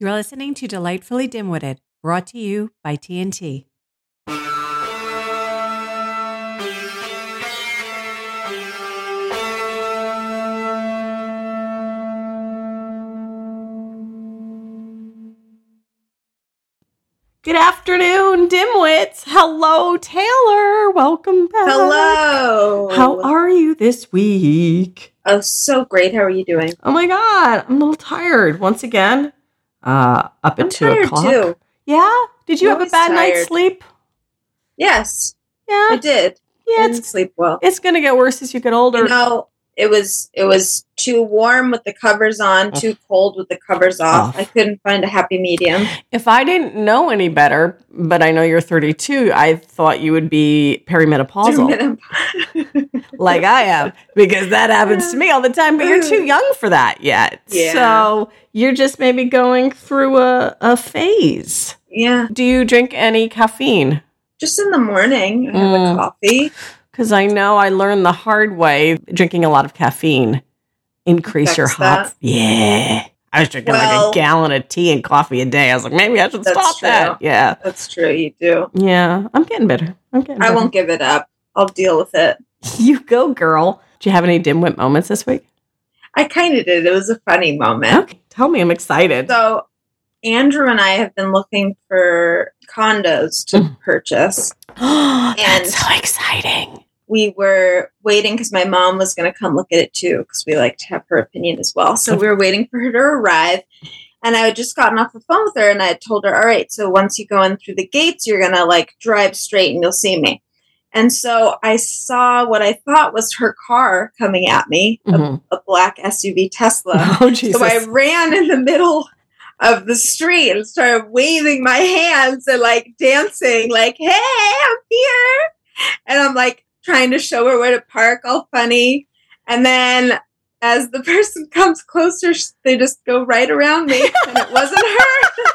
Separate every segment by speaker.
Speaker 1: You're listening to Delightfully Dimwitted, brought to you by TNT.
Speaker 2: Good afternoon, dimwits. Hello, Taylor. Welcome back.
Speaker 3: Hello.
Speaker 2: How are you this week?
Speaker 3: Oh, so great. How are you doing?
Speaker 2: Oh my god, I'm a little tired once again. Uh, up at
Speaker 3: I'm
Speaker 2: two
Speaker 3: tired
Speaker 2: o'clock.
Speaker 3: too.
Speaker 2: Yeah. Did you have
Speaker 3: I'm
Speaker 2: a
Speaker 3: always
Speaker 2: bad night's
Speaker 3: tired.
Speaker 2: sleep?
Speaker 3: Yes, I
Speaker 2: Yeah.
Speaker 3: did.
Speaker 2: Yeah.
Speaker 3: Didn't
Speaker 2: It's
Speaker 3: sleep well.
Speaker 2: it's gonna get worse as you get older.
Speaker 3: You know, it was it was too warm with the covers
Speaker 2: Oh.
Speaker 3: on, too cold with the covers off.
Speaker 2: Off.
Speaker 3: I couldn't find a happy medium.
Speaker 2: If I didn't know any better, but I know you're 32, I thought you would be perimenopausal. like I am because that happens to me all the time. But you're too young for that yet.
Speaker 3: Yeah.
Speaker 2: So you're just maybe going through a, a phase.
Speaker 3: yeah,
Speaker 2: Do you drink any caffeine?
Speaker 3: just in the morning, I have
Speaker 2: Mm.
Speaker 3: a coffee.
Speaker 2: Because I know I learned the hard way drinking a lot of caffeine increase your
Speaker 3: Affects
Speaker 2: hop.
Speaker 3: that.
Speaker 2: Yeah. I was drinking like
Speaker 3: Well-
Speaker 2: a gallon of tea and coffee a day. I was like, maybe I should
Speaker 3: That's
Speaker 2: stop that.
Speaker 3: true.
Speaker 2: Yeah.
Speaker 3: That's true. You do.
Speaker 2: Yeah. I'm getting better. I'm getting
Speaker 3: I
Speaker 2: better.
Speaker 3: won't give it up. I'll deal with it.
Speaker 2: You go, girl. Do you have any dimwit moments this week?
Speaker 3: I kind of did. It was a funny moment.
Speaker 2: Okay. Tell me. I'm excited.
Speaker 3: So Andrew and I have been looking for condos to
Speaker 2: Mm.
Speaker 3: purchase. And-
Speaker 2: That's so exciting.
Speaker 3: we were waiting because my mom was going to come look at it too because we like to have her opinion as well. So we were waiting for her to arrive. And I had just gotten off the phone with her and I had told her, all right, so once you go in through the gates, you're going to like drive straight and you'll see me. And so I saw what I thought was her car coming at me,
Speaker 2: Mhm.
Speaker 3: a, a black SUV Tesla.
Speaker 2: Oh Jesus!
Speaker 3: so I ran in the middle of the street and started waving my hands and like dancing, like, hey, I'm here. And I'm like trying to show her where to park, all funny. And then as the person comes closer, sh- they just go right around me, and it wasn't her.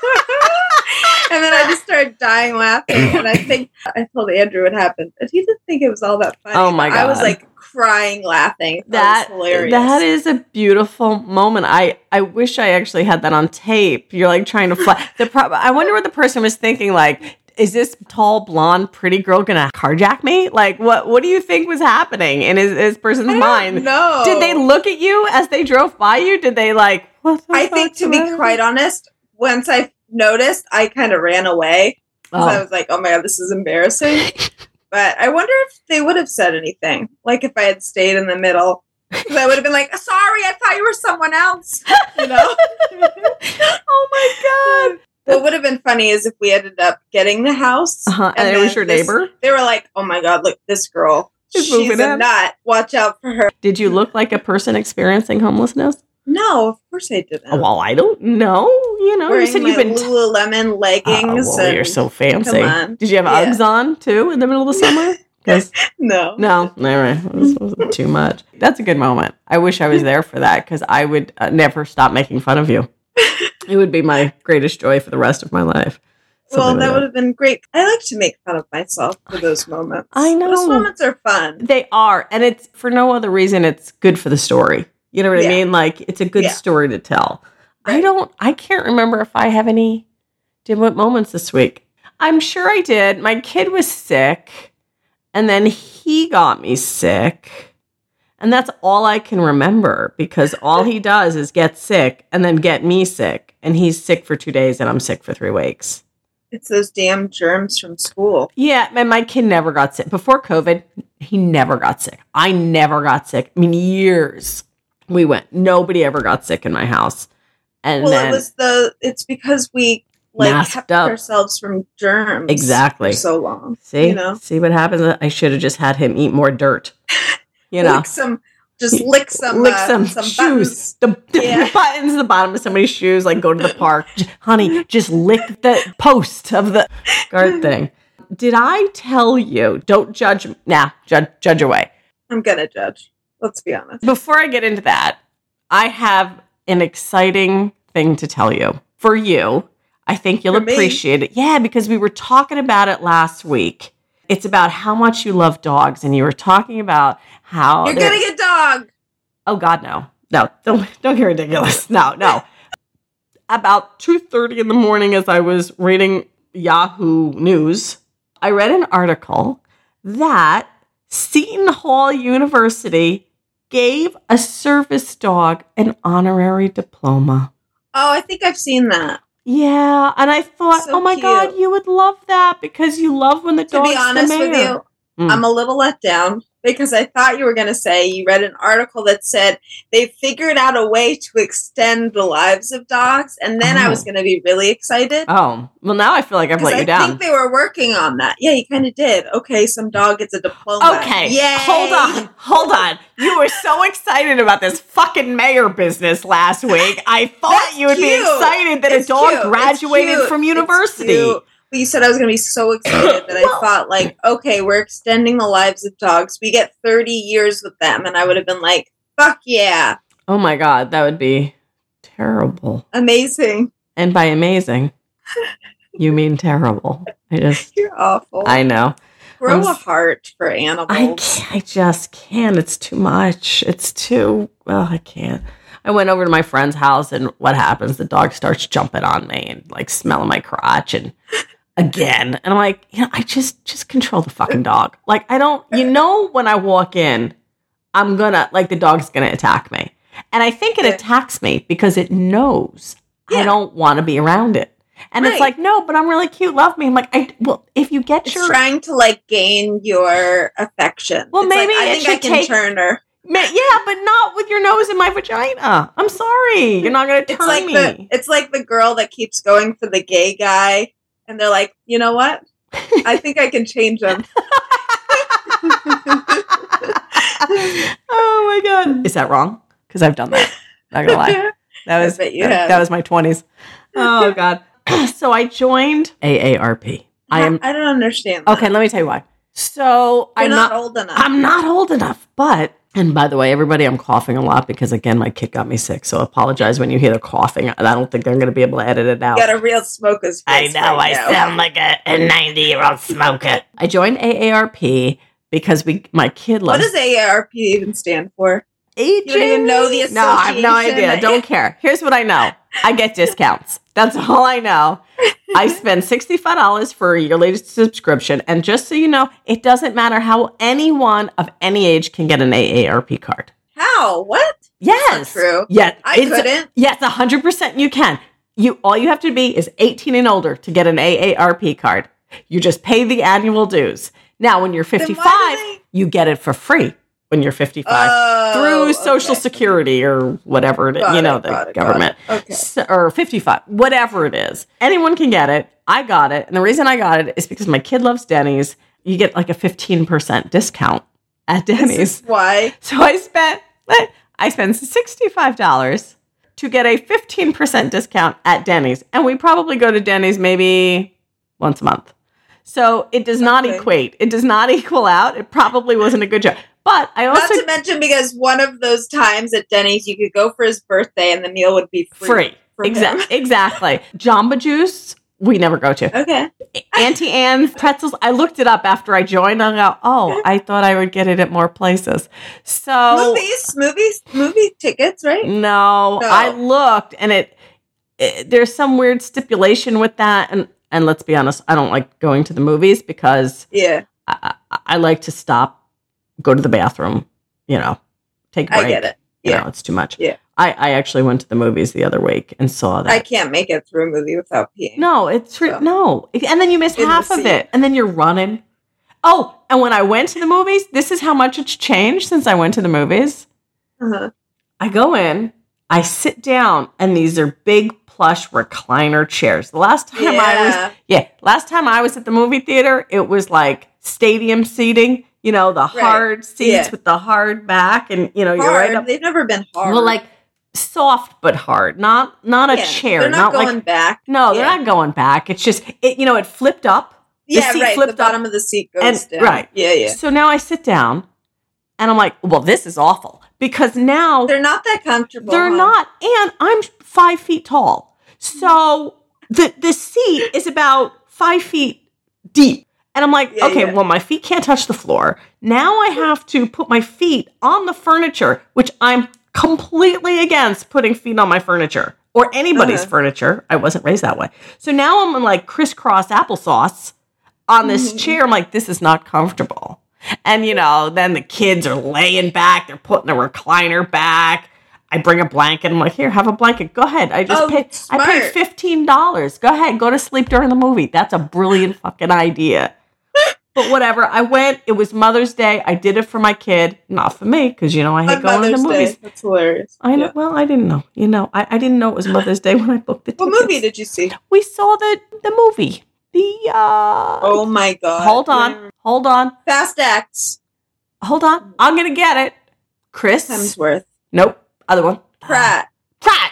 Speaker 3: and then I just started dying laughing. And I think I told Andrew what happened, and he didn't think it was all that funny.
Speaker 2: Oh, my
Speaker 3: but I was
Speaker 2: God.
Speaker 3: like crying, laughing.
Speaker 2: that
Speaker 3: that was hilarious.
Speaker 2: that is a beautiful moment. I I wish I actually had that on tape. You're like trying to fly. The prob- I wonder what the person was thinking. Like, is this tall, blonde, pretty girl gonna carjack me? Like, what what do you think was happening in his, his person's mind?
Speaker 3: No,
Speaker 2: Did they look at you as they drove by you? Did they like? What the
Speaker 3: I think,
Speaker 2: fuck's
Speaker 3: to be
Speaker 2: the matter?
Speaker 3: quite honest, once I noticed, I kind of ran away. 'cause I
Speaker 2: Oh.
Speaker 3: was like, oh my God, this is embarrassing. but I wonder if they would have said anything. Like if I had stayed in the middle. 'Cause I would have been like, sorry, I thought you were someone else. You know?
Speaker 2: oh my god!
Speaker 3: what would have been funny is if we ended up getting the house.
Speaker 2: Uh-huh. And, it was
Speaker 3: then
Speaker 2: your
Speaker 3: this-
Speaker 2: neighbor.
Speaker 3: They were like, oh my God, look, this girl.
Speaker 2: She's
Speaker 3: She's
Speaker 2: moving
Speaker 3: a
Speaker 2: in."
Speaker 3: nut. Watch out for her.
Speaker 2: Did you look like a person experiencing homelessness?
Speaker 3: No, of course I didn't.
Speaker 2: Oh, Well, I don't know. You know, you
Speaker 3: Wearing
Speaker 2: said
Speaker 3: my
Speaker 2: you've been. T-
Speaker 3: Lululemon leggings.
Speaker 2: Oh, well, you're
Speaker 3: and-
Speaker 2: so fancy.
Speaker 3: come on.
Speaker 2: Did you have
Speaker 3: Yeah.
Speaker 2: Uggs on too in the middle of the summer? 'Cause-
Speaker 3: no.
Speaker 2: no, all right, this was too much. That's a good moment. I wish I was there for that because I would uh, never stop making fun of you. It would be my greatest joy for the rest of my life.
Speaker 3: well,
Speaker 2: Something like
Speaker 3: that would have been great. I like to make fun of myself for those moments.
Speaker 2: I know.
Speaker 3: Those moments are fun.
Speaker 2: They are, and it's for no other reason. It's good for the story. You know what I
Speaker 3: Yeah.
Speaker 2: mean? Like it's a good
Speaker 3: Yeah.
Speaker 2: story to tell. I
Speaker 3: Right.
Speaker 2: don't. I can't remember if I have any dimwit moments this week. I'm sure I did. My kid was sick, and then he got me sick, and that's all I can remember because all he does is get sick and then get me sick, and he's sick for two days, and I'm sick for three weeks.
Speaker 3: It's those damn germs from school.
Speaker 2: Yeah, and my kid never got sick before COVID. He never got sick. I never got sick. I mean, years we went. Nobody ever got sick in my house. And
Speaker 3: well,
Speaker 2: then
Speaker 3: it was the. It's because we like
Speaker 2: Masked
Speaker 3: kept
Speaker 2: up.
Speaker 3: ourselves from germs
Speaker 2: exactly.
Speaker 3: for so long.
Speaker 2: see,
Speaker 3: you know?
Speaker 2: see what happens. I should have just had him eat more dirt. You know,
Speaker 3: lick some, just lick some,
Speaker 2: lick
Speaker 3: uh,
Speaker 2: some,
Speaker 3: some
Speaker 2: shoes. The, the
Speaker 3: Yeah.
Speaker 2: buttons, the bottom of somebody's shoes. Like go to the park, J- honey. Just lick the post of the guard thing. Did I tell you? Don't judge. Now, judge, judge away.
Speaker 3: I'm gonna judge. Let's be honest.
Speaker 2: Before I get into that, I have an exciting thing to tell you. For you, I think you'll
Speaker 3: For me?
Speaker 2: appreciate it. Yeah, because we were talking about it last week. It's about how much you love dogs, and you were talking about how
Speaker 3: You're
Speaker 2: they're-
Speaker 3: gonna get dog.
Speaker 2: Oh God, no, no, don't don't get ridiculous. No, no. about 2:30 in the morning as I was reading Yahoo News, I read an article that Seton Hall University gave a service dog an honorary diploma.
Speaker 3: Oh, I think I've seen that.
Speaker 2: Yeah, and I thought,
Speaker 3: So
Speaker 2: "Oh my
Speaker 3: cute.
Speaker 2: god, you would love that because you love when the
Speaker 3: To
Speaker 2: dog's
Speaker 3: be honest
Speaker 2: the mayor."
Speaker 3: with you,
Speaker 2: Mm.
Speaker 3: I'm a little let down because I thought you were going to say you read an article that said they figured out a way to extend the lives of dogs, and then I was
Speaker 2: Oh.
Speaker 3: going to be really excited.
Speaker 2: Oh, well now I feel like I've
Speaker 3: Because
Speaker 2: let you
Speaker 3: I
Speaker 2: down.
Speaker 3: think they were working on that. Yeah, you kind of did. Okay, some dog gets a diploma.
Speaker 2: Okay.
Speaker 3: Yay.
Speaker 2: Hold on. Hold on. You were so excited about this fucking mayor business last week. I thought
Speaker 3: That's
Speaker 2: you would be
Speaker 3: cute.
Speaker 2: excited that
Speaker 3: It's
Speaker 2: a dog
Speaker 3: cute. It's
Speaker 2: graduated
Speaker 3: cute.
Speaker 2: from
Speaker 3: It's
Speaker 2: university.
Speaker 3: cute. But you said I was going to be so excited that I thought, like, okay, we're extending the lives of dogs. We get 30 years with them. And I would have been like, fuck yeah,
Speaker 2: Oh my god, that would be terrible.
Speaker 3: amazing.
Speaker 2: And by amazing, you mean terrible. I just
Speaker 3: You're awful.
Speaker 2: I know.
Speaker 3: Grow
Speaker 2: I'm
Speaker 3: a
Speaker 2: s-
Speaker 3: heart for animals.
Speaker 2: I can't, I just can't. It's too much. It's too. Well, I can't. I went over to my friend's house, and what happens? The dog starts jumping on me and like smelling my crotch, and again, and I'm like, you know, I just just control the fucking dog. Like I don't, you know, when I walk in, I'm gonna like the dog's gonna attack me, and I think it
Speaker 3: Yeah.
Speaker 2: attacks me because it knows I
Speaker 3: Yeah.
Speaker 2: don't want to be around it. And it's
Speaker 3: Right.
Speaker 2: like, no, but I'm really cute. Love me. I'm like, I well, if you get
Speaker 3: It's
Speaker 2: your
Speaker 3: trying to like gain your affection.
Speaker 2: Well,
Speaker 3: It's like,
Speaker 2: maybe
Speaker 3: I
Speaker 2: it
Speaker 3: think I
Speaker 2: should
Speaker 3: can
Speaker 2: take-
Speaker 3: turn her.
Speaker 2: Ma- yeah, but not with your nose in my vagina. I'm sorry. You're not going to
Speaker 3: It's
Speaker 2: turn
Speaker 3: like
Speaker 2: me.
Speaker 3: the it's like the girl that keeps going for the gay guy, and they're like, you know what? I think I can change him.
Speaker 2: oh my god. Is that wrong? Cuz I've done that. Not going to lie. That
Speaker 3: I
Speaker 2: was
Speaker 3: bet you
Speaker 2: that,
Speaker 3: have.
Speaker 2: that was my 20s. Oh god. so I joined AARP. I am
Speaker 3: I don't understand. that.
Speaker 2: Okay, let me tell you why. So
Speaker 3: You're
Speaker 2: I'm
Speaker 3: not,
Speaker 2: not
Speaker 3: old enough.
Speaker 2: I'm not old enough, but and by the way, everybody, I'm coughing a lot because again, my kid got me sick. So apologize when you hear the coughing. And I don't think they're going to be able to edit it out.
Speaker 3: You got a real smoker's face right now.
Speaker 2: like a, a 90 year old smoker. I joined AARP because we my kid
Speaker 3: What
Speaker 2: loves
Speaker 3: does AARP even stand for?
Speaker 2: aging.
Speaker 3: don't even know the
Speaker 2: No, I have no
Speaker 3: association
Speaker 2: idea.
Speaker 3: that-
Speaker 2: Don't care. Here's what I know I get discounts. That's all I know. I spend $65 for a yearly subscription. And just so you know, it doesn't matter how anyone of any age can get an AARP card.
Speaker 3: How? What?
Speaker 2: Yes.
Speaker 3: true.
Speaker 2: Yes.
Speaker 3: I
Speaker 2: it's-
Speaker 3: couldn't.
Speaker 2: Yes, 100% you can. You all you have to be is 18 and older to get an AARP card. You just pay the annual dues. Now when you're
Speaker 3: why do
Speaker 2: 55,
Speaker 3: they-
Speaker 2: you get it for free when you're 55
Speaker 3: Oh,
Speaker 2: through social
Speaker 3: okay.
Speaker 2: security or whatever it is,
Speaker 3: Got
Speaker 2: you know,
Speaker 3: it, got
Speaker 2: the
Speaker 3: it, got
Speaker 2: government.
Speaker 3: it. Okay.
Speaker 2: S- or 55, whatever it is. Anyone can get it. I got it. And the reason I got it is because my kid loves Denny's. You get like a 15% discount at Denny's.
Speaker 3: This is why
Speaker 2: So I spent I spent sixty-five dollars to get a fifteen percent discount at Denny's, and we probably go to Denny's maybe once a month. So it does not
Speaker 3: Okay.
Speaker 2: equate. It does not equal out. It probably wasn't a good job. But I
Speaker 3: Not
Speaker 2: also
Speaker 3: to mention because one of those times at Denny's you could go for his birthday and the meal would be free.
Speaker 2: free.
Speaker 3: for him.
Speaker 2: Exactly. Exactly. Jamba Juice. We never go to
Speaker 3: Okay.
Speaker 2: Auntie Anne's pretzels. I looked it up after I joined. and I go, oh, I thought I would get it at more places. So
Speaker 3: Movies, movies, movie tickets, right?
Speaker 2: No,
Speaker 3: No.
Speaker 2: I looked and it, it- there's some weird stipulation with that and and let's be honest, I don't like going to the movies because
Speaker 3: Yeah,
Speaker 2: I, I, I like to stop, go to the bathroom, you know, take a break.
Speaker 3: I get it.
Speaker 2: You
Speaker 3: Yeah.
Speaker 2: know, it's too much.
Speaker 3: Yeah.
Speaker 2: I I actually went to the movies the other week and saw that.
Speaker 3: I can't make it through a movie without peeing.
Speaker 2: No, it's re-
Speaker 3: So-
Speaker 2: no, and then you miss
Speaker 3: In the
Speaker 2: half of
Speaker 3: seat.
Speaker 2: it, and then you're running. Oh, and when I went to the movies, this is how much it's changed since I went to the movies.
Speaker 3: Uh-huh.
Speaker 2: I go in, I sit down, and these are big plush recliner chairs. The last time I was
Speaker 3: Yeah.
Speaker 2: yeah, last time I was at the movie theater, it was like stadium seating, you know, the hard seats
Speaker 3: Yeah.
Speaker 2: with the hard back and you know, you're
Speaker 3: Hard.
Speaker 2: right up
Speaker 3: They've never been hard.
Speaker 2: well like soft but hard, not not a
Speaker 3: Yeah,
Speaker 2: chair,
Speaker 3: They're not,
Speaker 2: like
Speaker 3: going back.
Speaker 2: no, they're
Speaker 3: Yeah.
Speaker 2: not going back. It's just it you know, it flipped up.
Speaker 3: Yeah,
Speaker 2: seat
Speaker 3: right. The
Speaker 2: flipped
Speaker 3: bottom of the seat goes
Speaker 2: And-
Speaker 3: down.
Speaker 2: right.
Speaker 3: Yeah, yeah.
Speaker 2: So now I sit down and I'm like, well, this is awful because now
Speaker 3: They're not that comfortable.
Speaker 2: They're
Speaker 3: huh?
Speaker 2: not. And I'm five feet tall. So the the seat is about five feet deep. And I'm like,
Speaker 3: Yeah,
Speaker 2: okay,
Speaker 3: yeah.
Speaker 2: well, my feet can't touch the floor. Now I have to put my feet on the furniture, which I'm completely against putting feet on my furniture or anybody's
Speaker 3: Uh-huh.
Speaker 2: furniture. I wasn't raised that way. So now I'm like crisscross applesauce on this
Speaker 3: Mhm.
Speaker 2: chair. I'm like, this is not comfortable. And you know, then the kids are laying back, they're putting the recliner back. I bring a blanket. I'm like, here, have a blanket. Go ahead. I just
Speaker 3: Oh,
Speaker 2: paid. I paid
Speaker 3: smart.
Speaker 2: fifteen dollars. Go ahead. Go to sleep during the movie. That's a brilliant fucking idea. But whatever. I went. It was Mother's Day. I did it for my kid, not for me, because you know I hate
Speaker 3: on
Speaker 2: going
Speaker 3: Mother's
Speaker 2: to movies.
Speaker 3: Day. That's hilarious.
Speaker 2: I know.
Speaker 3: Yeah.
Speaker 2: Well, I didn't know. You know, I, I didn't know it was Mother's Day when I booked the
Speaker 3: What
Speaker 2: tickets.
Speaker 3: movie did you see?
Speaker 2: we saw the the movie? The uh.
Speaker 3: Oh my god!
Speaker 2: hold on. Hold on.
Speaker 3: Fast Acts.
Speaker 2: Hold on. I'm gonna get it. Chris.
Speaker 3: Hemsworth.
Speaker 2: nope. Other one.
Speaker 3: Pratt.
Speaker 2: Pratt.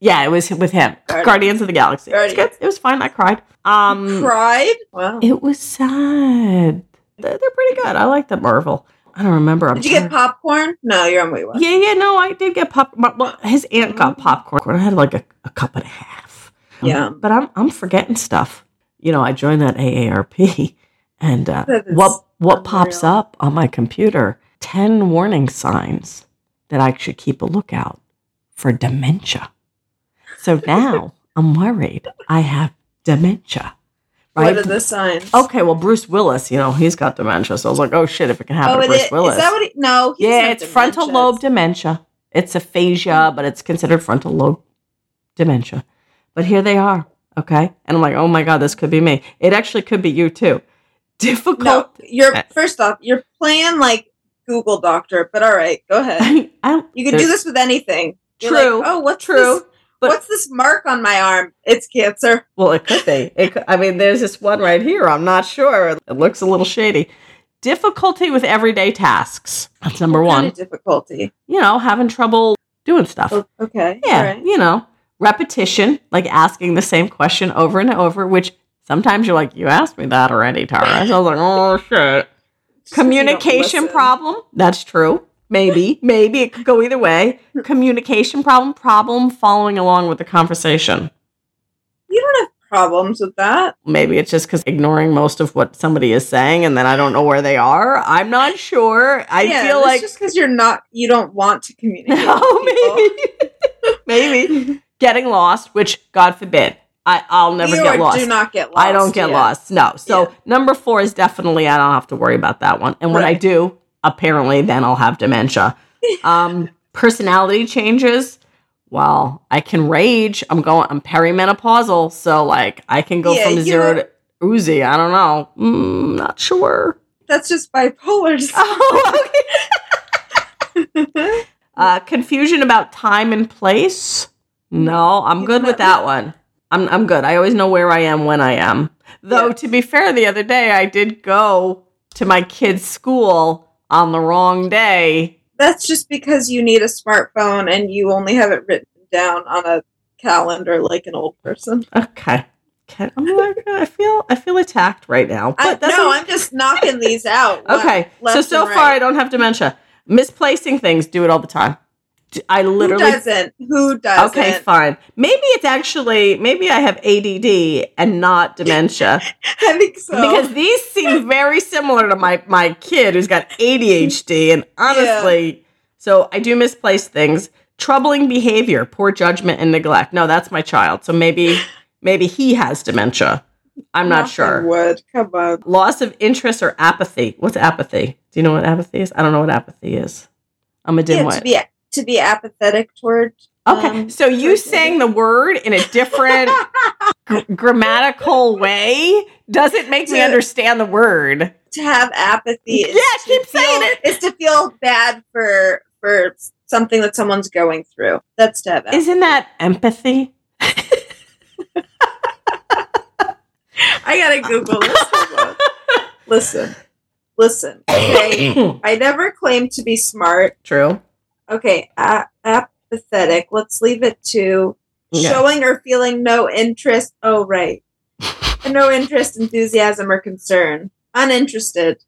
Speaker 2: Yeah, it was with him. Guardians,
Speaker 3: Guardians.
Speaker 2: of the Galaxy. It was, good.
Speaker 3: Guardians.
Speaker 2: it was fine. I cried. Um,
Speaker 3: Cried. Wow.
Speaker 2: it was sad. They're, they're pretty good. I like the Marvel. I don't remember. I'm
Speaker 3: Did you get
Speaker 2: tired.
Speaker 3: popcorn? No, you're on way one.
Speaker 2: Yeah, yeah. No, I did get pop. but- Well, his aunt got popcorn. I had like a, a cup and a half.
Speaker 3: Yeah.
Speaker 2: but I'm I'm forgetting stuff. You know, I joined that AARP, and uh,
Speaker 3: That is
Speaker 2: what what pops
Speaker 3: unreal.
Speaker 2: up on my computer? Ten warning signs that I should keep a lookout for dementia. So now I'm worried I have dementia. Right?
Speaker 3: What are the signs?
Speaker 2: Okay, well Bruce Willis, you know, he's got dementia. So I was like, oh shit, if it can happen
Speaker 3: Oh,
Speaker 2: to
Speaker 3: it
Speaker 2: Bruce
Speaker 3: is. Is
Speaker 2: Willis.
Speaker 3: that what? He, no. he's
Speaker 2: yeah,
Speaker 3: not
Speaker 2: it's frontal
Speaker 3: dementia.
Speaker 2: lobe dementia. It's
Speaker 3: Mm.
Speaker 2: aphasia, but it's considered frontal lobe dementia. But here they are, okay? And I'm like, oh my god, this could be me. It actually could be you too.
Speaker 3: No,
Speaker 2: Difficult.
Speaker 3: you're
Speaker 2: Uh,
Speaker 3: first off, you're playing like Google Doctor, but all right, go
Speaker 2: I
Speaker 3: ahead.
Speaker 2: mean, I don't,
Speaker 3: You can do this with anything. You're
Speaker 2: True,
Speaker 3: like, oh, what's
Speaker 2: true,
Speaker 3: This,
Speaker 2: but-
Speaker 3: what's this mark on my arm? It's cancer.
Speaker 2: Well, it could be. It could, I mean, there's this one right here. I'm not sure. It looks a little shady. Difficulty with everyday tasks. That's number
Speaker 3: What kind
Speaker 2: one.
Speaker 3: of difficulty.
Speaker 2: You know, having trouble doing stuff.
Speaker 3: O- Okay.
Speaker 2: Yeah,
Speaker 3: all right.
Speaker 2: you know, repetition, like asking the same question over and over, which sometimes you're like, you asked me that already, Tara. So I was like, oh, shit.
Speaker 3: Just 'cause you don't
Speaker 2: Communication
Speaker 3: listen.
Speaker 2: problem. That's true. Maybe, maybe it could go either way. Communication problem, problem following along with the conversation.
Speaker 3: You don't have problems with that.
Speaker 2: Maybe it's just because ignoring most of what somebody is saying and then I don't know where they are. I'm not sure. I
Speaker 3: yeah,
Speaker 2: feel
Speaker 3: it's
Speaker 2: like.
Speaker 3: just because you're not, you don't want to communicate.
Speaker 2: No,
Speaker 3: with people.
Speaker 2: maybe. Oh, maybe. Getting lost, which, God forbid, I, I'll never
Speaker 3: You
Speaker 2: get
Speaker 3: or
Speaker 2: lost.
Speaker 3: Do not get lost.
Speaker 2: I don't get
Speaker 3: yeah.
Speaker 2: lost. No. So
Speaker 3: Yeah.
Speaker 2: number four is definitely I don't have to worry about that one. And when I
Speaker 3: Right.
Speaker 2: do, apparently then I'll have dementia. Um, personality changes. Well, I can rage. I'm going. I'm perimenopausal, so like I can go
Speaker 3: Yeah,
Speaker 2: from
Speaker 3: you
Speaker 2: zero
Speaker 3: know-
Speaker 2: to oozy. I don't know. Mm, not sure.
Speaker 3: That's just bipolar.
Speaker 2: Oh, okay. Uh, confusion about time and place. No, I'm
Speaker 3: You
Speaker 2: good with
Speaker 3: know-
Speaker 2: that one. I'm I'm good. I always know where I am when I am. Though
Speaker 3: Yeah.
Speaker 2: to be fair, the other day I did go to my kid's school on the wrong day.
Speaker 3: That's just because you need a smartphone and you only have it written down on a calendar like an old person.
Speaker 2: Okay. Okay. I'm like, I feel I feel attacked right now.
Speaker 3: I,
Speaker 2: that's
Speaker 3: no,
Speaker 2: okay.
Speaker 3: I'm just knocking these out. Wow.
Speaker 2: okay. So
Speaker 3: left
Speaker 2: so
Speaker 3: and
Speaker 2: far
Speaker 3: right.
Speaker 2: I don't have dementia. Misplacing things, do it all the time. D- I literally
Speaker 3: Who doesn't? Who doesn't?
Speaker 2: Okay, fine. Maybe it's actually maybe I have ADD and not dementia.
Speaker 3: I think so.
Speaker 2: because these seem very similar to my my kid who's got ADHD and honestly so I do misplace things troubling behavior poor judgment and neglect no that's my child so maybe maybe he has dementia I'm not
Speaker 3: Nothing
Speaker 2: sure
Speaker 3: Would come on.
Speaker 2: loss of interest or apathy what's apathy do you know what apathy is I don't know what apathy is I'm a
Speaker 3: Yeah,
Speaker 2: dimwit
Speaker 3: to be to be apathetic toward.
Speaker 2: okay
Speaker 3: um,
Speaker 2: so you
Speaker 3: towards
Speaker 2: saying the word in a different gr- grammatical way doesn't make me
Speaker 3: To-
Speaker 2: understand the word
Speaker 3: to have apathy. Is
Speaker 2: Yeah,
Speaker 3: to
Speaker 2: keep
Speaker 3: feel,
Speaker 2: saying it.
Speaker 3: Is to feel bad for for something that someone's going through. That's to have apathy.
Speaker 2: Isn't that empathy?
Speaker 3: I gotta Google this. Hold on. listen, listen. Okay, I never claimed to be smart.
Speaker 2: True.
Speaker 3: Okay, a- apathetic. Let's leave it to
Speaker 2: Yeah.
Speaker 3: showing or feeling no interest. Oh, right. no interest, enthusiasm, or concern. Uninterested.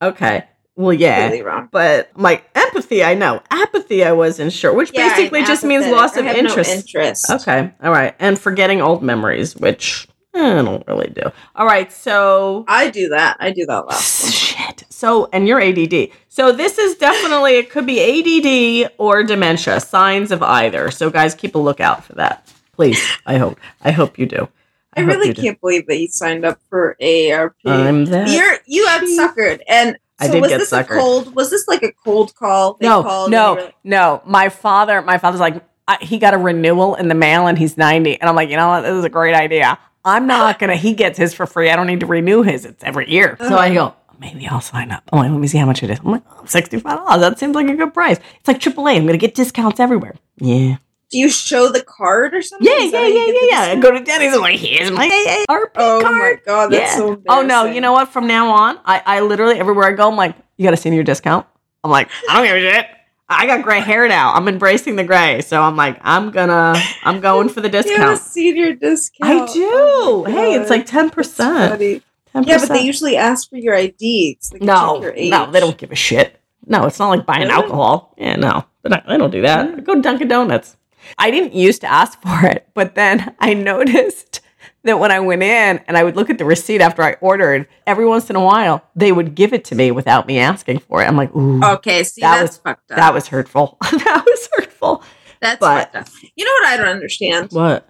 Speaker 2: Okay. Well, yeah.
Speaker 3: Completely wrong.
Speaker 2: But like empathy, I know. Apathy, I wasn't sure, which
Speaker 3: Yeah,
Speaker 2: basically
Speaker 3: I'm
Speaker 2: just means
Speaker 3: apathetic.
Speaker 2: loss
Speaker 3: I
Speaker 2: of
Speaker 3: have no
Speaker 2: interest.
Speaker 3: interest.
Speaker 2: Okay. All right. And forgetting old memories, which I don't really do. All right, so
Speaker 3: I do that. I do that last. one.
Speaker 2: shit. So and you're ADD. So this is definitely it could be ADD or dementia, signs of either. So guys, keep a lookout for that, please. I hope. I hope you do.
Speaker 3: I
Speaker 2: hope
Speaker 3: really
Speaker 2: you do. Oh,
Speaker 3: can't believe that you signed up for AARP.
Speaker 2: I'm that.
Speaker 3: You're you had suckered, and
Speaker 2: I
Speaker 3: so
Speaker 2: did
Speaker 3: was
Speaker 2: get
Speaker 3: this
Speaker 2: suckered.
Speaker 3: a cold? Was this like a cold call? They
Speaker 2: no,
Speaker 3: called
Speaker 2: no,
Speaker 3: and you were like-
Speaker 2: no. My father, my father's like, I, he got a renewal in the mail and he's 90. And I'm like, you know what? This is a great idea. I'm not going to, he gets his for free. I don't need to renew his. It's every year. So I go, maybe I'll sign up. I'm like, let me see how much it is. I'm like, oh, $65. That seems like a good price. It's like AAA. I'm going to get discounts everywhere. Yeah.
Speaker 3: Do you show the card or something?
Speaker 2: Yeah,
Speaker 3: Is that
Speaker 2: yeah,
Speaker 3: how you
Speaker 2: yeah,
Speaker 3: get the
Speaker 2: yeah, yeah. I
Speaker 3: discount?
Speaker 2: go to Denny's. I'm like, here's my AARP
Speaker 3: Oh
Speaker 2: card.
Speaker 3: my god, that's
Speaker 2: Yeah.
Speaker 3: so.
Speaker 2: Oh no, you know what? From now on, I, I literally everywhere I go, I'm like, you gotta send your discount. I'm like, I don't give a shit. I got gray hair now. I'm embracing the gray. So I'm like, I'm gonna I'm going for the
Speaker 3: embarrassing. You have a
Speaker 2: discount.
Speaker 3: senior discount.
Speaker 2: I do.
Speaker 3: Oh my
Speaker 2: hey, it's
Speaker 3: God.
Speaker 2: like ten
Speaker 3: That's
Speaker 2: percent.
Speaker 3: funny.
Speaker 2: Ten
Speaker 3: Yeah, but they
Speaker 2: percent.
Speaker 3: usually ask for your ID. It's like
Speaker 2: No,
Speaker 3: check your age.
Speaker 2: no, they don't give a shit. No, it's not like buying
Speaker 3: Really?
Speaker 2: alcohol. Yeah, no, they don't- they don't do that. Go to Dunkin' Donuts. I didn't used to ask for it, but then I noticed that when I went in and I would look at the receipt after I ordered, every once in a while they would give it to me without me asking for it. I'm like, ooh,
Speaker 3: Okay, see,
Speaker 2: That
Speaker 3: that's fucked up.
Speaker 2: that was hurtful. that was hurtful.
Speaker 3: that's
Speaker 2: but-
Speaker 3: fucked up. You know what I don't understand?
Speaker 2: What?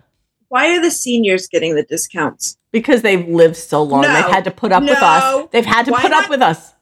Speaker 3: Why are the seniors getting the discounts?
Speaker 2: Because they've lived so long,
Speaker 3: No.
Speaker 2: they've had to put up with us.
Speaker 3: No.
Speaker 2: They've had to
Speaker 3: Why
Speaker 2: put
Speaker 3: not-
Speaker 2: up with us.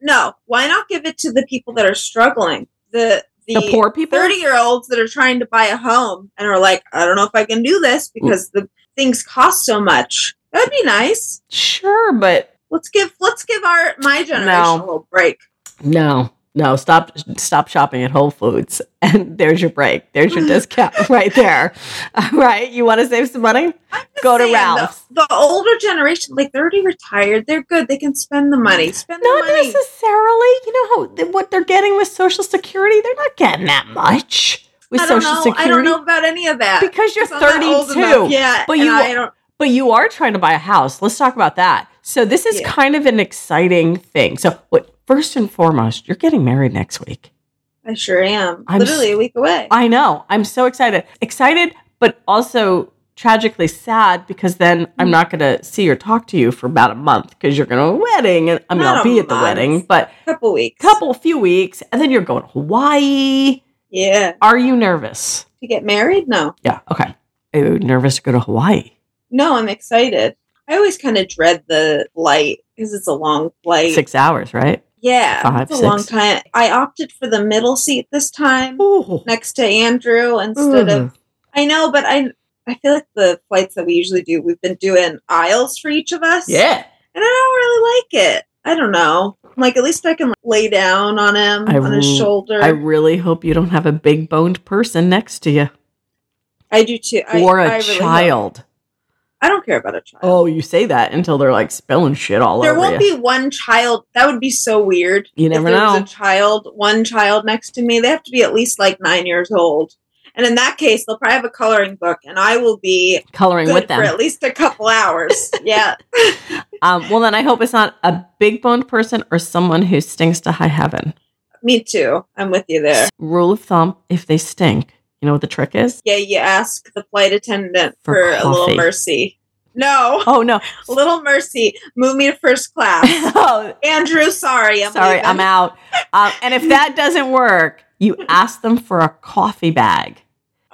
Speaker 3: No, why not give it to the people that are struggling? The the,
Speaker 2: The poor people.
Speaker 3: 30 year olds that are trying to buy a home and are like, I don't know if I can do this because the things cost so much. That would be nice.
Speaker 2: Sure, but
Speaker 3: Let's give let's give our my generation
Speaker 2: No.
Speaker 3: a little break.
Speaker 2: No, no, stop stop shopping at Whole Foods. And there's your break. There's your discount right there. All right. You want to save some money?
Speaker 3: I'm just
Speaker 2: Go to
Speaker 3: saying, the-
Speaker 2: Ralph's.
Speaker 3: The, older generation, like they're already retired, they're good. They can spend the money. Spend
Speaker 2: Not
Speaker 3: the money.
Speaker 2: necessarily. You know how th- what they're getting with Social Security? They're not getting that much with
Speaker 3: I don't
Speaker 2: Social
Speaker 3: know.
Speaker 2: Security.
Speaker 3: I don't know about any of that.
Speaker 2: Because you're
Speaker 3: I'm not old
Speaker 2: 32.
Speaker 3: enough yet,
Speaker 2: But
Speaker 3: and
Speaker 2: you-
Speaker 3: I don't
Speaker 2: But you are trying to buy a house. Let's talk about that. So this is
Speaker 3: Yeah.
Speaker 2: kind of an exciting thing. So what first and foremost, you're getting married next week.
Speaker 3: I sure am.
Speaker 2: I'm s-
Speaker 3: Literally a week away.
Speaker 2: I know. I'm so excited. Excited, but also tragically sad because then I'm not going to see or talk to you for about a month because you're going to a wedding. And I mean,
Speaker 3: Not
Speaker 2: I'll
Speaker 3: a
Speaker 2: be at the
Speaker 3: month.
Speaker 2: wedding, but
Speaker 3: couple weeks.
Speaker 2: couple, few weeks. And then you're going to Hawaii.
Speaker 3: Yeah.
Speaker 2: Are you nervous?
Speaker 3: To get married? No.
Speaker 2: Yeah. Okay. Are you nervous to go to Hawaii?
Speaker 3: No, I'm excited. I always kind of dread the flight because it's a long flight.
Speaker 2: Six hours, right?
Speaker 3: yeah,
Speaker 2: five,
Speaker 3: it's a long
Speaker 2: six.
Speaker 3: time. I opted for the middle seat this time,
Speaker 2: Ooh.
Speaker 3: next to Andrew, instead of. I know, but I I feel like the flights that we usually do, we've been doing aisles for each of us.
Speaker 2: Yeah.
Speaker 3: and I don't really like it. I don't know. Like at least I can lay down on him
Speaker 2: I
Speaker 3: on his
Speaker 2: re-
Speaker 3: shoulder.
Speaker 2: I
Speaker 3: I,
Speaker 2: really hope you don't have a big boned person next to you
Speaker 3: do too. I-
Speaker 2: or a
Speaker 3: I really don't-
Speaker 2: child.
Speaker 3: I don't care about a child.
Speaker 2: Oh, you say that until they're like spilling shit all
Speaker 3: there
Speaker 2: over you.
Speaker 3: won't be one child. That would be so weird.
Speaker 2: You never
Speaker 3: if there
Speaker 2: know.
Speaker 3: Was a child, one child next to me. They have to be at least like nine years old. And in that case, they'll probably have a coloring book, and I will be
Speaker 2: coloring
Speaker 3: good
Speaker 2: with
Speaker 3: for
Speaker 2: them.
Speaker 3: at least a couple hours. yeah,
Speaker 2: Um, well, then I hope it's not a big boned person or someone who stinks to high heaven.
Speaker 3: me too. I'm with you there.
Speaker 2: Rule of thumb: if they stink, you know what the trick is.
Speaker 3: Yeah, you ask the flight attendant
Speaker 2: For
Speaker 3: for, a little
Speaker 2: coffee.
Speaker 3: mercy. No,
Speaker 2: Oh no!
Speaker 3: little mercy. Move me to first class.
Speaker 2: oh,
Speaker 3: Andrew, sorry. I'm
Speaker 2: sorry,
Speaker 3: leaving.
Speaker 2: I'm out. Um, and if that doesn't work, you ask them for a coffee bag.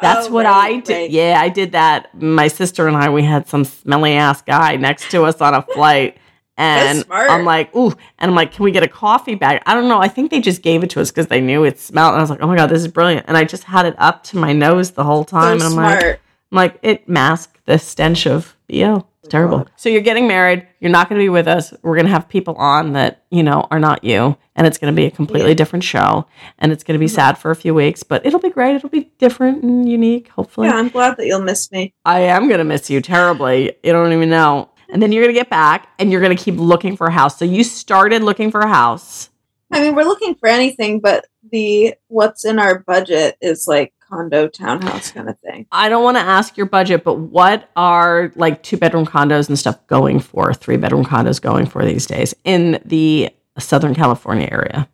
Speaker 2: That's
Speaker 3: Oh,
Speaker 2: what
Speaker 3: right,
Speaker 2: I did.
Speaker 3: right.
Speaker 2: Yeah, I did that. My sister and I, we had some smelly ass guy next to us on a flight. And
Speaker 3: smart.
Speaker 2: I'm like, ooh, and I'm like, can we get a coffee bag? I don't know. I think they just gave it to us because they knew it smelled. And I was like, oh my God, this is brilliant. And I just had it up to my nose the whole
Speaker 3: So
Speaker 2: time. and I'm
Speaker 3: smart.
Speaker 2: like, I'm like, it masked the stench of BO. It's terrible.
Speaker 3: God.
Speaker 2: So you're getting married. You're not going to be with us. We're going to have people on that, you know, are not you. And it's going to be a completely
Speaker 3: Yeah.
Speaker 2: different show. And it's going to be
Speaker 3: Mhm.
Speaker 2: sad for a few weeks, but it'll be great. It'll be different and unique, hopefully.
Speaker 3: yeah, I'm glad that you'll miss me.
Speaker 2: I am going to miss you terribly. You don't even know. And then you're going to get back and you're going to keep looking for a house. So you started looking for a house.
Speaker 3: I mean, we're looking for anything, but the what's in our budget is like condo, townhouse kind of thing.
Speaker 2: I don't want to ask your budget, but what are like two bedroom condos and stuff going for, three bedroom condos going for these days in the Southern California area?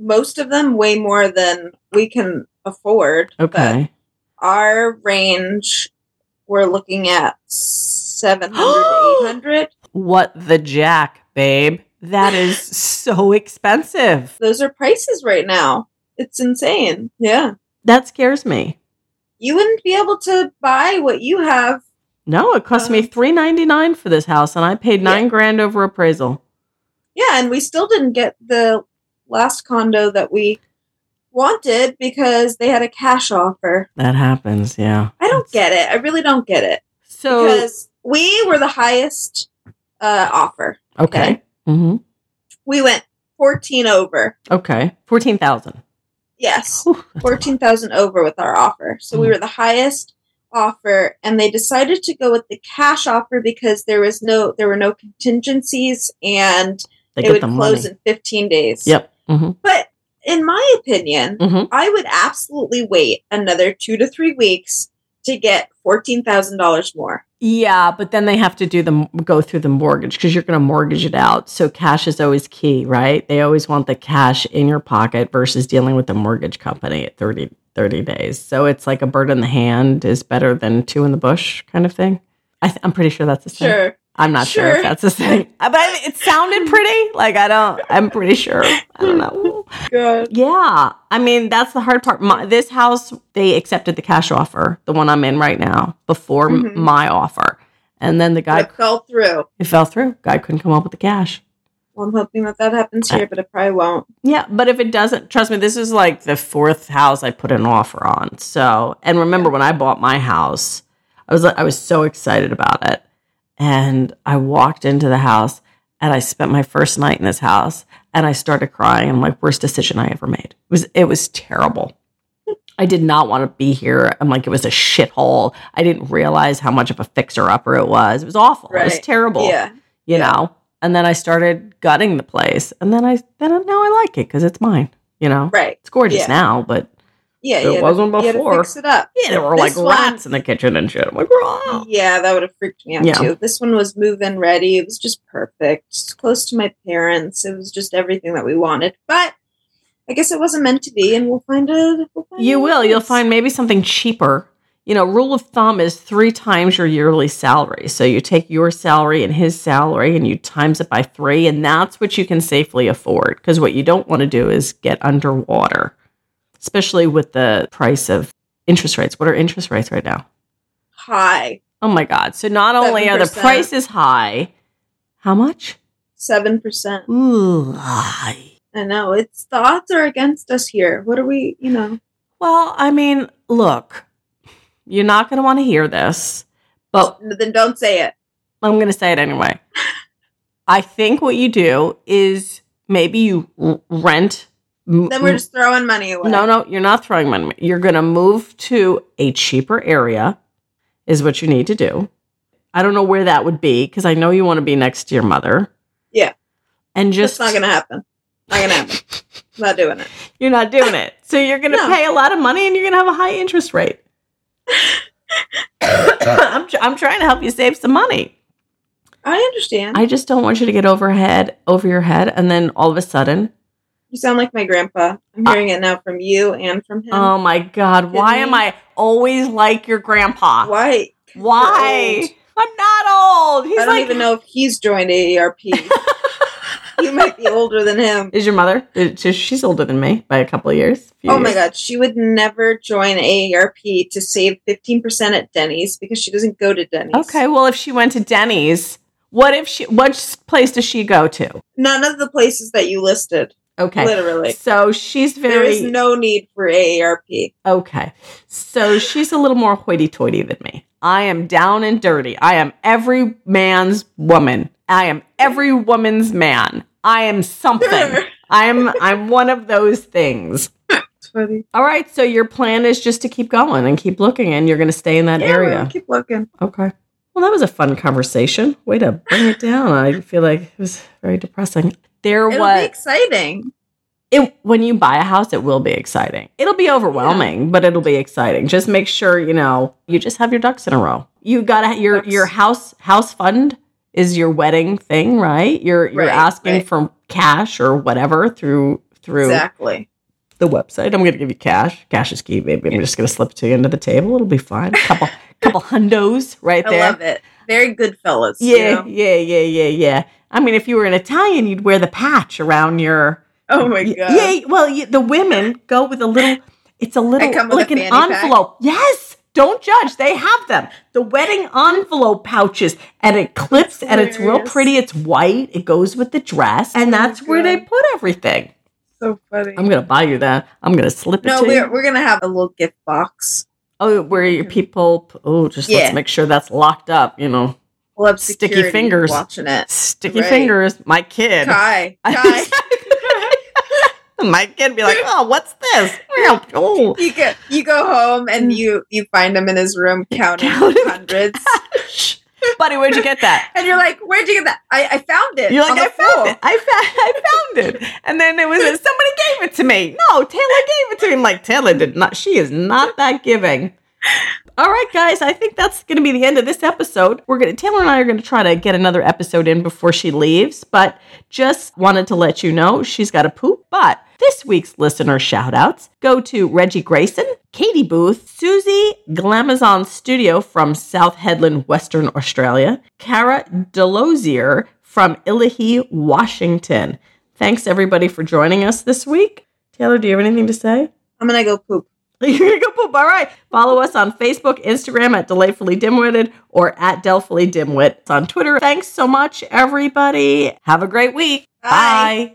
Speaker 3: Most of them way more than we can afford.
Speaker 2: Okay.
Speaker 3: But our range, we're looking at s- 700 to 800.
Speaker 2: What the jack, babe? That is so expensive.
Speaker 3: Those are prices right now. It's insane. Yeah.
Speaker 2: That scares me.
Speaker 3: You wouldn't be able to buy what you have.
Speaker 2: No, it cost me
Speaker 3: Um,
Speaker 2: three ninety nine for this house, and I paid
Speaker 3: Yeah.
Speaker 2: nine grand over appraisal.
Speaker 3: Yeah, and we still didn't get the last condo that we wanted because they had a cash offer.
Speaker 2: That happens, yeah.
Speaker 3: I don't get it. I really don't get it.
Speaker 2: So
Speaker 3: because we were the highest uh, offer.
Speaker 2: okay,
Speaker 3: okay.
Speaker 2: hmm
Speaker 3: We went 14 over.
Speaker 2: okay, fourteen thousand.
Speaker 3: Yes.
Speaker 2: Whew,
Speaker 3: 14,000 over with our offer. So
Speaker 2: Mm.
Speaker 3: we were the highest offer and they decided to go with the cash offer because there was no there were no contingencies and
Speaker 2: They
Speaker 3: it
Speaker 2: get
Speaker 3: would
Speaker 2: the
Speaker 3: close
Speaker 2: money.
Speaker 3: in 15 days.
Speaker 2: Yep. hmm
Speaker 3: But in my opinion,
Speaker 2: Mhm.
Speaker 3: I would absolutely wait another 2 to 3 weeks to get $14,000 more.
Speaker 2: Yeah, but then they have to do the go through the mortgage because you're going to mortgage it out. So cash is always key, right? They always want the cash in your pocket versus dealing with the mortgage company at 30, 30 days. So it's like a bird in the hand is better than two in the bush kind of thing. I th- I'm pretty sure that's the same.
Speaker 3: Sure.
Speaker 2: I'm not sure. if
Speaker 3: Sure.
Speaker 2: that's the thing, Uh, but it sounded pretty. Like I don't. I'm pretty sure. I don't know.
Speaker 3: Good.
Speaker 2: Yeah, I mean that's the hard part. My, this house they accepted the cash offer, the one I'm in right now, before m-
Speaker 3: Mhm.
Speaker 2: my offer, and then the guy
Speaker 3: But it fell through.
Speaker 2: it fell through. Guy couldn't come up with the cash.
Speaker 3: Well, I'm hoping that that happens here, but it probably won't.
Speaker 2: Yeah, but if it doesn't, trust me, this is like the fourth house I put an offer on. So, and remember when I bought my house, I was like, I was so excited about it. And I walked into the house and I spent my first night in this house and I started crying. I'm like, worst decision I ever made. It was it was terrible. I did not want to be here. I'm like, it was a shithole. I didn't realize how much of a fixer upper it was. It was awful. It was
Speaker 3: Right.
Speaker 2: terrible
Speaker 3: Yeah.
Speaker 2: you
Speaker 3: Yeah.
Speaker 2: know and then i started gutting the place and then i then I- now i like it because it's mine you know
Speaker 3: Right.
Speaker 2: it's gorgeous
Speaker 3: Yeah.
Speaker 2: now but
Speaker 3: Yeah.
Speaker 2: It
Speaker 3: you had
Speaker 2: wasn't
Speaker 3: to, you had to
Speaker 2: before.
Speaker 3: fix it up.
Speaker 2: yeah there were like
Speaker 3: This one-
Speaker 2: rats in the kitchen and shit i'm like wow
Speaker 3: Yeah, that would have freaked me out
Speaker 2: Yeah.
Speaker 3: too. This one was move in ready. It was just perfect. It's close to my parents. It was just everything that we wanted. But I guess it wasn't meant to be, and we'll find out. We'll find
Speaker 2: you
Speaker 3: out
Speaker 2: will you'll
Speaker 3: else.
Speaker 2: find maybe something cheaper you know rule of thumb is three times your yearly salary so you take your salary and his salary and you times it by three and that's what you can safely afford because what you don't want to do is get underwater especially with the price of interest rates what are interest rates right now
Speaker 3: high
Speaker 2: Oh my God. So not only are the
Speaker 3: 7%.
Speaker 2: prices high, how much?
Speaker 3: seven percent.
Speaker 2: Ooh.
Speaker 3: I know it's the odds are against us here. What are we? You know,
Speaker 2: Well, I mean, look, you're not going to want to hear this, but
Speaker 3: then don't say it.
Speaker 2: I'm going to say it anyway. I think what you do is maybe you r- rent.
Speaker 3: Then we're just throwing money away.
Speaker 2: Mm. No, no, you're not throwing money. You're going to move to a cheaper area, is what you need to do. I don't know where that would be because I know you want to be next to your mother.
Speaker 3: Yeah.
Speaker 2: And
Speaker 3: just
Speaker 2: just
Speaker 3: not gonna happen. Not gonna happen. not doing it.
Speaker 2: You're not doing it. So you're going to
Speaker 3: No.
Speaker 2: pay a lot of money and you're going to have a high interest rate. I'm, tr- I'm trying to help you save some money.
Speaker 3: I understand.
Speaker 2: I just don't want you to get overhead over your head and then all of a sudden,
Speaker 3: You sound like my grandpa. I'm
Speaker 2: Uh,
Speaker 3: hearing it now from you and from him.
Speaker 2: oh my god, why am
Speaker 3: me.
Speaker 2: I always like your grandpa? Why?
Speaker 3: Why? old.
Speaker 2: I'm not old. He's
Speaker 3: I don't
Speaker 2: like
Speaker 3: even know if he's joined AARP. you might be older than him.
Speaker 2: Is your mother? is- She's older than me by a couple of years. few
Speaker 3: Oh my
Speaker 2: years.
Speaker 3: God, she would never join AARP to save 15% at Denny's because she doesn't go to Denny's.
Speaker 2: Okay, well if she went to Denny's, what if she what place does she go to?
Speaker 3: None of the places that you listed,
Speaker 2: Okay.
Speaker 3: literally.
Speaker 2: So she's very
Speaker 3: There is no need for AARP.
Speaker 2: Okay. So she's a little more hoity toity than me. I am down and dirty. I am every man's woman. I am every woman's man. I am something.
Speaker 3: Sure.
Speaker 2: I am I'm one of those things.
Speaker 3: It's funny.
Speaker 2: All right, so your plan is just to keep going and keep looking and you're going to stay in that
Speaker 3: Yeah,
Speaker 2: area.
Speaker 3: well, Keep looking.
Speaker 2: Okay. Well, that was a fun conversation. Way to bring it down. I feel like it was very depressing. There
Speaker 3: It'll
Speaker 2: was
Speaker 3: be exciting.
Speaker 2: it when you buy a house it will be exciting it'll be overwhelming but it'll be exciting just make sure you know you just have your ducks in a row you gotta your
Speaker 3: Ducks.
Speaker 2: your house house fund is your wedding thing right you're you're
Speaker 3: Right,
Speaker 2: asking
Speaker 3: right.
Speaker 2: for cash or whatever through through
Speaker 3: Exactly.
Speaker 2: the website i'm gonna give you cash cash is key baby i'm just gonna slip it to you under the table it'll be fine couple couple hundos right
Speaker 3: I
Speaker 2: there
Speaker 3: love it. Very good fellas. you
Speaker 2: Yeah,
Speaker 3: know?
Speaker 2: yeah, yeah, yeah, yeah. I mean, if you were an Italian, you'd wear the patch around your.
Speaker 3: Oh my
Speaker 2: Y-
Speaker 3: god.
Speaker 2: Yeah, well, you, the women go with a little. It's a little
Speaker 3: come with
Speaker 2: like
Speaker 3: a
Speaker 2: an
Speaker 3: fanny pack?
Speaker 2: envelope. Yes, don't judge. They have them. The wedding envelope pouches, and it clips, and it's real
Speaker 3: hilarious.
Speaker 2: pretty. It's white. It goes with the dress, and
Speaker 3: Oh my
Speaker 2: that's where they
Speaker 3: God.
Speaker 2: put everything.
Speaker 3: So funny.
Speaker 2: I'm gonna buy you that. I'm gonna slip it
Speaker 3: no,
Speaker 2: to
Speaker 3: we're
Speaker 2: you.
Speaker 3: we're gonna have a little gift box.
Speaker 2: Oh, where your people? Oh, just
Speaker 3: Yeah.
Speaker 2: let's make sure that's locked up. You know,
Speaker 3: We'll have
Speaker 2: Sticky
Speaker 3: security
Speaker 2: fingers.
Speaker 3: watching it.
Speaker 2: sticky
Speaker 3: Right.
Speaker 2: fingers. My kid.
Speaker 3: Kai, Kai,
Speaker 2: My kid be like, oh, what's this? Oh,
Speaker 3: you go you go home and you you find him in his room counting
Speaker 2: Mm. Counting.
Speaker 3: hundreds,
Speaker 2: buddy, where'd you get that?
Speaker 3: and you're like, "Where'd you get that? I, I found it.
Speaker 2: You're like,
Speaker 3: on
Speaker 2: I
Speaker 3: the floor."
Speaker 2: found it. I found, I found it. And then it was somebody gave it to me. No, Taylor gave it to me. I'm like, Taylor did not. She is not that giving. All right, guys. I think that's going to be the end of this episode. We're going to Taylor and I are going to try to get another episode in before she leaves, but just wanted to let you know she's got to poop. But this week's listener shout outs go to Reggie Grayson, Katie Booth, Susie Glamazon Studio from South Headland, Western Australia, Cara Delosier from Illahee, Washington. Thanks everybody for joining us this week. Taylor, do you have anything to say?
Speaker 3: I'm gonna go poop.
Speaker 2: You're gonna go poop. All right. Follow us on Facebook, Instagram at Delightfully Dimwitted or at Delphily Dimwit on Twitter. Thanks so much, everybody. Have a great week.
Speaker 3: Bye.
Speaker 2: Bye.